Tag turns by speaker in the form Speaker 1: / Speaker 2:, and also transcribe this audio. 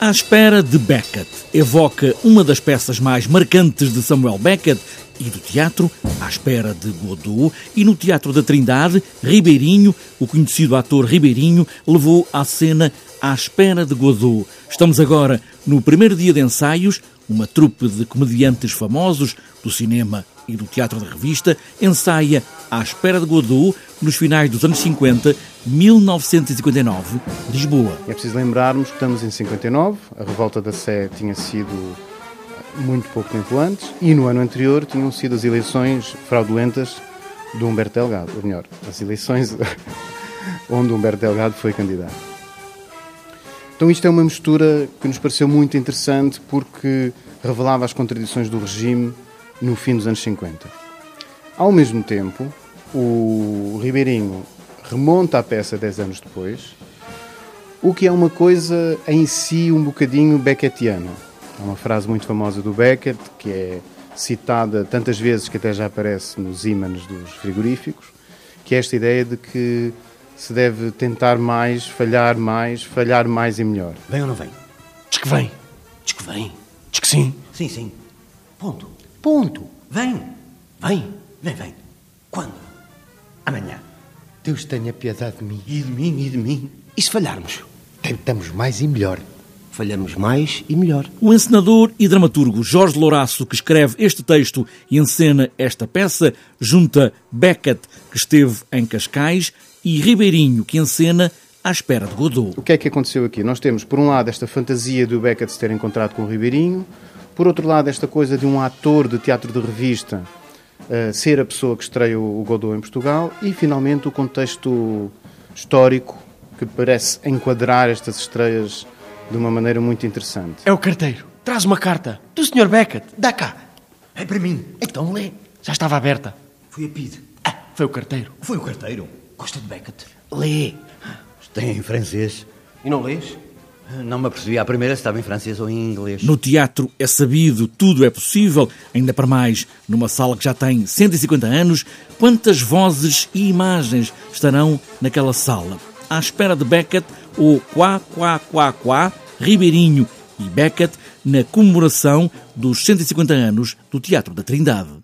Speaker 1: À Espera de Beckett evoca uma das peças mais marcantes de Samuel Beckett e do teatro, À Espera de Godot, e no Teatro da Trindade, Ribeirinho, o conhecido ator Ribeirinho, levou à cena À Espera de Godot. Estamos agora no primeiro dia de ensaios, uma trupe de comediantes famosos do cinema e do teatro de revista ensaia À Espera de Godot nos finais dos anos 50, 1959, Lisboa.
Speaker 2: É preciso lembrarmos que estamos em 59, a revolta da Sé tinha sido eh, muito pouco tempo antes e no ano anterior tinham sido as eleições fraudulentas do Humberto Delgado, ou melhor, as eleições onde Humberto Delgado foi candidato. Então isto é uma mistura que nos pareceu muito interessante porque revelava as contradições do regime no fim dos anos 50. Ao mesmo tempo, o Ribeirinho remonta à peça 10 anos depois, o que é uma coisa em si um bocadinho Beckettiana. Há uma frase muito famosa do Beckett, que é citada tantas vezes que até já aparece nos ímanes dos frigoríficos, que é esta ideia de que se deve tentar mais, falhar mais, falhar mais e melhor.
Speaker 3: Vem ou não vem? Diz que vem. Diz que vem. Diz que sim.
Speaker 4: Sim, sim. Ponto.
Speaker 3: Ponto.
Speaker 4: Vem. Vem. Vem, vem. Quando? Amanhã.
Speaker 3: Deus tenha piedade de mim.
Speaker 4: E de mim, e de mim.
Speaker 3: E se falharmos?
Speaker 4: Tentamos mais e melhor falhamos mais e melhor.
Speaker 1: O encenador e dramaturgo Jorge Louraço, que escreve este texto e encena esta peça, junta Beckett, que esteve em Cascais, e Ribeirinho, que encena à espera de Godot.
Speaker 2: O que é que aconteceu aqui? Nós temos, por um lado, esta fantasia do Beckett se ter encontrado com o Ribeirinho, por outro lado, esta coisa de um ator de teatro de revista uh, ser a pessoa que estreia o Godot em Portugal, e finalmente o contexto histórico que parece enquadrar estas estreias de uma maneira muito interessante.
Speaker 3: É o carteiro. Traz uma carta do Sr. Beckett.
Speaker 4: Dá cá.
Speaker 3: É para mim.
Speaker 4: Então lê.
Speaker 3: Já estava aberta.
Speaker 4: Foi a PIDE.
Speaker 3: Ah, foi o carteiro.
Speaker 4: Foi o carteiro. Gosta de Beckett.
Speaker 3: Lê.
Speaker 4: Tem em francês.
Speaker 3: E não lês?
Speaker 4: Não me apercebi à primeira se estava em francês ou em inglês.
Speaker 1: No teatro é sabido, tudo é possível, ainda para mais numa sala que já tem 150 anos. Quantas vozes e imagens estarão naquela sala? À espera de Beckett, o Quá Quá Quá Quá, Ribeirinho e Beckett na comemoração dos 150 anos do Teatro da Trindade.